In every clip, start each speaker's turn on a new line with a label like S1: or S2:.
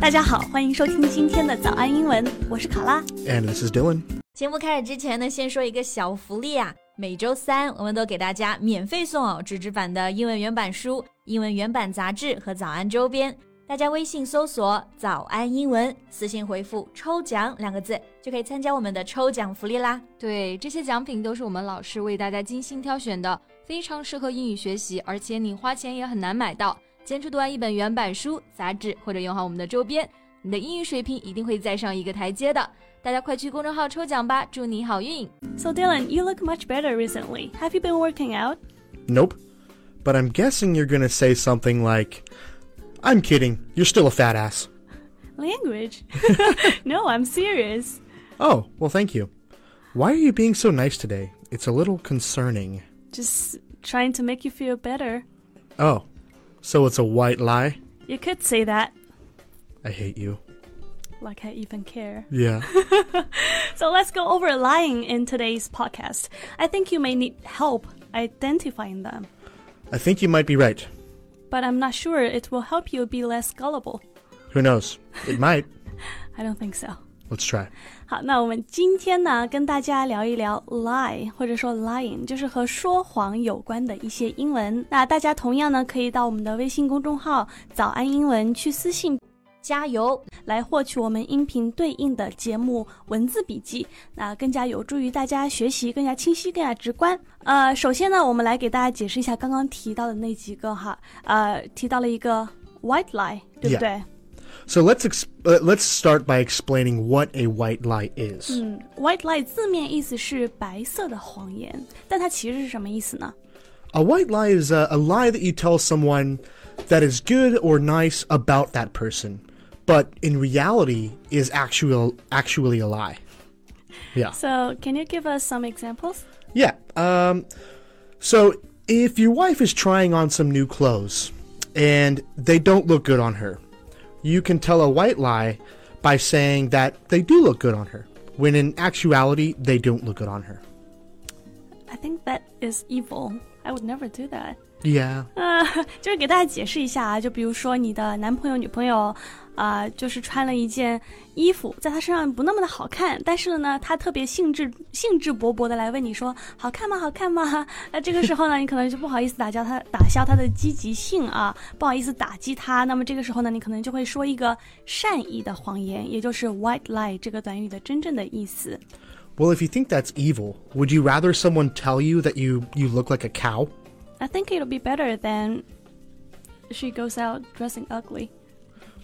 S1: 大家好，欢迎收听今天的早安英文，我是卡拉。
S2: And this is Dylan.
S3: 节目开始之前呢，先说一个小福利啊！每周三我们都给大家免费送哦纸质版的英文原版书、英文原版杂志和早安周边。大家微信搜索“早安英文”，私信回复“抽奖”两个字，就可以参加我们的抽奖福利啦！
S4: 对，这些奖品都是我们老师为大家精心挑选的，非常适合英语学习，而且你花钱也很难买到。坚持读完一本原版书、杂志，或者用好我们的周边，你的英语水平一定会再上一个台阶的。大家快去公众号抽奖吧，祝你好运！
S1: So Dylan, you look much better recently. Have you been working out?
S2: Nope. But I'm guessing you're going to say something like, I'm kidding. You're still a fat ass.
S1: Language? no, I'm serious.
S2: Oh, well, thank you. Why are you being so nice today? It's a little concerning.
S1: Just trying to make you feel better.
S2: Oh, so it's a white lie?
S1: You could say that.
S2: I hate you.
S1: Like I even care.
S2: Yeah.
S1: So let's go over lying in today's podcast. I think you may need help identifying them,
S2: I think you might be right.
S1: but I'm not sure it will help you be less gullible.
S2: Who knows? It might.
S1: I don't think so.
S2: Let's try.
S1: 好，那我们今天呢，跟大家聊一聊 lie 或者说 lying，就是和说谎有关的一些英文。那大家同样呢，可以到我们的微信公众号“早安英文”去私信
S3: 加油！
S1: 来获取我们音频对应的节目文字笔记，那更加有助于大家学习，更加清晰，更加直观。呃，首先呢，我们来给大家解释一下刚刚提到的那几个哈，呃，提到了一个 white lie，对不对
S2: So let's ex- uh, let's start by explaining what a white lie is.
S1: 嗯，white lie 字面意思是白色的谎言，但它其实是什么意思呢？
S2: A white lie is a, a lie that you tell someone that is good or nice about that person, but in reality is actual actually a lie. Yeah.
S1: So, can you give us some examples?
S2: Yeah. Um, so if your wife is trying on some new clothes and they don't look good on her, you can tell a white lie by saying that they do look good on her, when in actuality they don't look good on her.
S1: I think that is evil. I would never do that.
S2: Yeah.
S1: 啊、就是给大家解释一下啊，就比如说你的男朋友、女朋友，啊、就是穿了一件衣服，在他身上不那么的好看，但是呢，他特别兴致兴致勃勃的来问你说好看吗？好看吗？ 那这个时候呢，你可能就不好意思打消他打消他的积极性啊，不好意思打击他。那么这个时候呢，你可能就会说一个善意的谎言，也就是 white lie 这个短语的真正的意思。
S2: Well, if you think that's evil, would you rather someone tell you that you, you look like a cow?
S1: I think it'll be better than she goes out dressing ugly.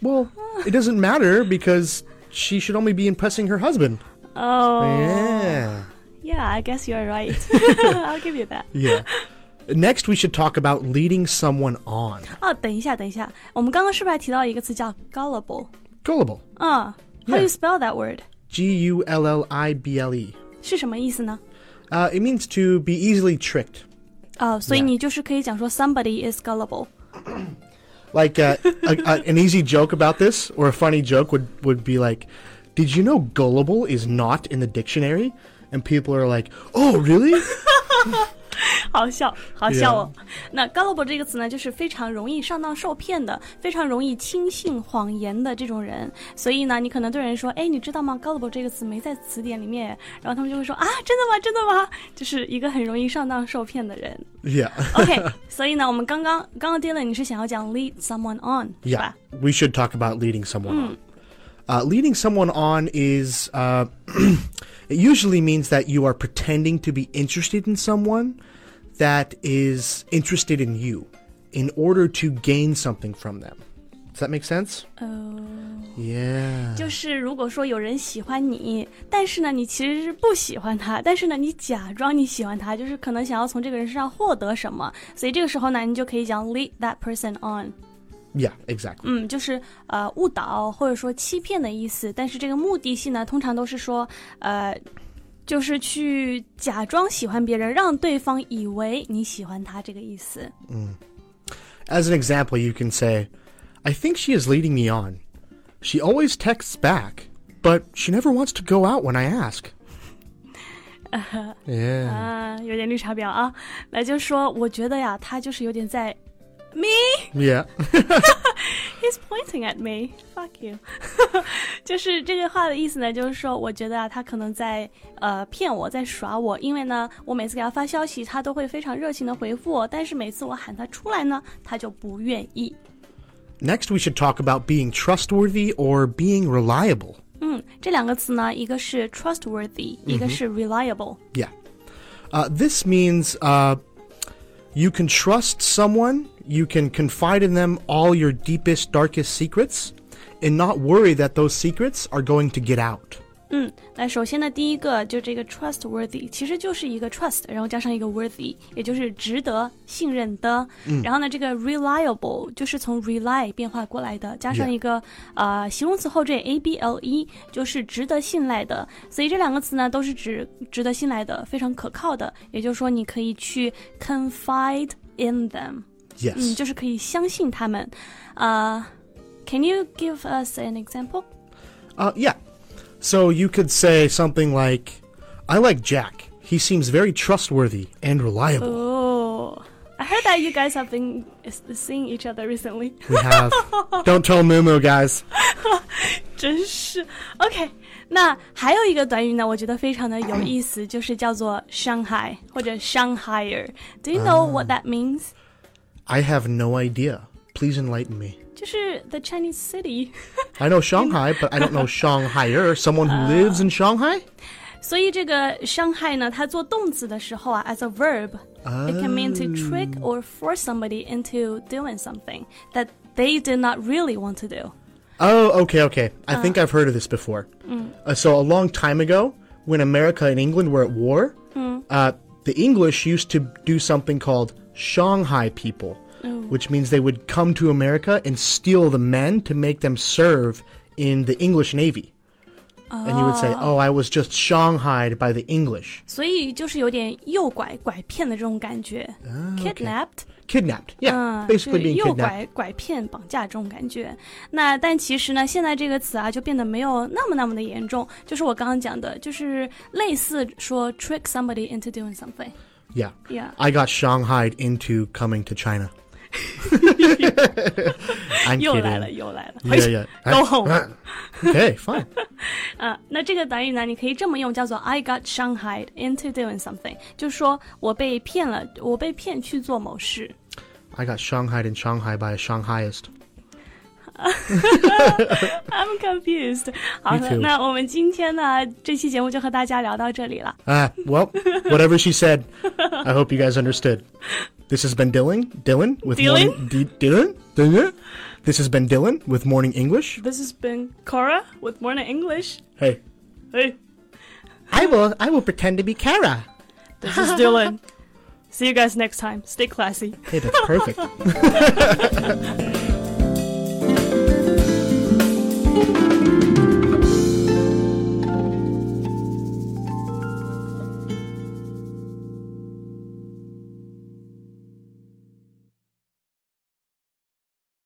S2: Well, it doesn't matter because she should only be impressing her husband.
S1: Oh.
S2: Yeah.
S1: Yeah, I guess you're right. I'll give you that.
S2: Yeah. Next, we should talk about leading someone on.
S1: 哦，Oh, 等一下，等一下，我们刚刚是不是还提到一个词叫 gullible？
S2: Gullible.
S1: 嗯、h o w do you
S2: Yeah.
S1: spell that word？
S2: G U L L I B L E.
S1: 是什么意思呢？
S2: Uh, it means to be easily tricked.
S1: 哦、所以
S2: Yeah.
S1: 你就是可以讲说 somebody is gullible。
S2: Like uh, a, a, an easy joke about this or a funny joke would, would be like, Did you know gullible is not in the dictionary? And people are like, Oh, really?
S1: 好笑，好笑哦。那 gullible 这个词呢，就是非常容易上当受骗的，非常容易轻信谎言的这种人。所以呢，你可能对人说，哎，你知道吗？gullible 这个词没在词典里面，然后他们就会说啊，真的吗？真的吗？就是一个很容易上当受骗的人。
S2: yeah.
S1: OK，所 以呢，我们刚刚刚刚 Dylan 你是想要讲 lead someone on 是
S2: Yeah,
S1: 吧？
S2: we should talk about leading someone on. Uh, leading someone on is uh, it usually means that you are pretending to be interested in someone that is interested in you in order to gain something from them. Does that make sense?
S1: 呃，
S2: Yeah.
S1: 就是如果说有人喜欢你，但是呢，你其实是不喜欢他，但是呢，你假装你喜欢他，就是可能想要从这个人身上获得什么，所以这个时候呢，你就可以讲 lead that person on，
S2: Yeah, exactly.
S1: 嗯，就是呃误导或者说欺骗的意思，但是这个目的性呢，通常都是说呃。就是去假装喜欢别人，让对方以为你喜欢他，这个意思。
S2: As an example, you can say, I think she is leading me on. She always texts back, but she never wants to go out when I ask. Yeah.
S1: 啊，有点绿茶婊啊。那就说，我觉得呀，他就是有点在 me
S2: Yeah.
S1: he's He's pointing at me. Fuck you. 就是这句话的意思呢，就是说，我觉得啊，他可能在呃骗我，在耍我。因为呢，我每次给他发消息，他都会非常热情的回复我，但是每次我喊他出来呢，他就不愿意。
S2: Next, we should talk about being trustworthy or being reliable.
S1: 嗯，这两个词呢，一个是 trustworthy，一个是 reliable。
S2: Yeah. Uh, this means uh, you can trust someone, you can confide in them all your deepest, darkest secrets, and not worry that those secrets are going to get out.
S1: 嗯，那首先呢，第一个就这个 trustworthy，其实就是一个 trust，然后加上一个 worthy，也就是值得信任的。然后呢，这个 reliable 就是从 rely 变化过来的，加上
S2: Yeah
S1: 一个呃形容词后缀 a b l e，就是值得信赖的。所以这两个词呢，都是指值得信赖的、非常可靠的。也就是说，你可以去 confide in them，
S2: Yes.
S1: 嗯，就是可以相信他们。呃、c a n you give us an example？
S2: Uh, yeah. So you could say something like, I like Jack. He seems very trustworthy and reliable.
S1: Oh, I heard that you guys have been s- seeing each other recently.
S2: We have. Don't tell Mumu, guys.
S1: 真是 OK。那还有一个短语呢，我觉得非常的有意思，就是叫做 Shanghai 或者 Shanghaier。Do you know what that means？、
S2: I have no idea. Please enlighten me.
S1: 就是 the Chinese city。
S2: I know Shanghai, but I don't know Shanghaier. Someone who lives in Shanghai?
S1: 所以这个 Shanghai 呢，它做动词的时候啊，as a verb。It can mean to trick or force somebody into doing something that they did not really want to do.
S2: Oh, okay, okay. I think I've heard of this before. Uh, so, a long time ago, when America and England were at war, uh, the English used to do something called Shanghai people, which means they would come to America and steal the men to make them serve in the English Navy. And you would say, Oh, I was just Shanghaied by the English.
S1: 所以就是有点诱拐、拐骗的这种感觉、k
S2: 啊
S1: i d n a p p e d
S2: Kidnapped. Yeah,
S1: 嗯，就是
S2: basically being
S1: 诱
S2: kidnapped.
S1: 拐、拐骗、绑架这种感觉。那但其实呢，现在这个词啊，就变得没有那么那么的严重。就是我刚刚讲的，就是类似说 trick somebody into doing something。
S2: Yeah.
S1: Yeah.
S2: I got Shanghaied into coming to China. I'm
S1: 又来了，
S2: kidding.
S1: 又来了，回
S2: Yeah,
S1: 去
S2: yeah. 哎
S1: go home。
S2: Okay, fine.
S1: 啊，那这个短语呢，你可以这么用，叫做 I got Shanghai into doing something，就是说我被骗了，我被骗去做某事。
S2: I got Shanghaied in Shanghai by a Shanghaiist.
S1: I'm confused。好
S2: Me
S1: 了，
S2: too.
S1: 那我们今天呢，这期节目就和大家聊到这里了。
S2: Ah, well, whatever she said, I hope you guys understood. This has been Dylan. Dylan with
S1: Dylan?
S2: morning. D- Dylan. Dylan. This has been Dylan with morning English.
S1: This has been Cora with Morning English.
S2: Hey,
S1: Hey,
S2: I will. I will pretend to be Kara.
S1: this is Dylan. See you guys next time. Stay classy.
S2: Hey, that's perfect.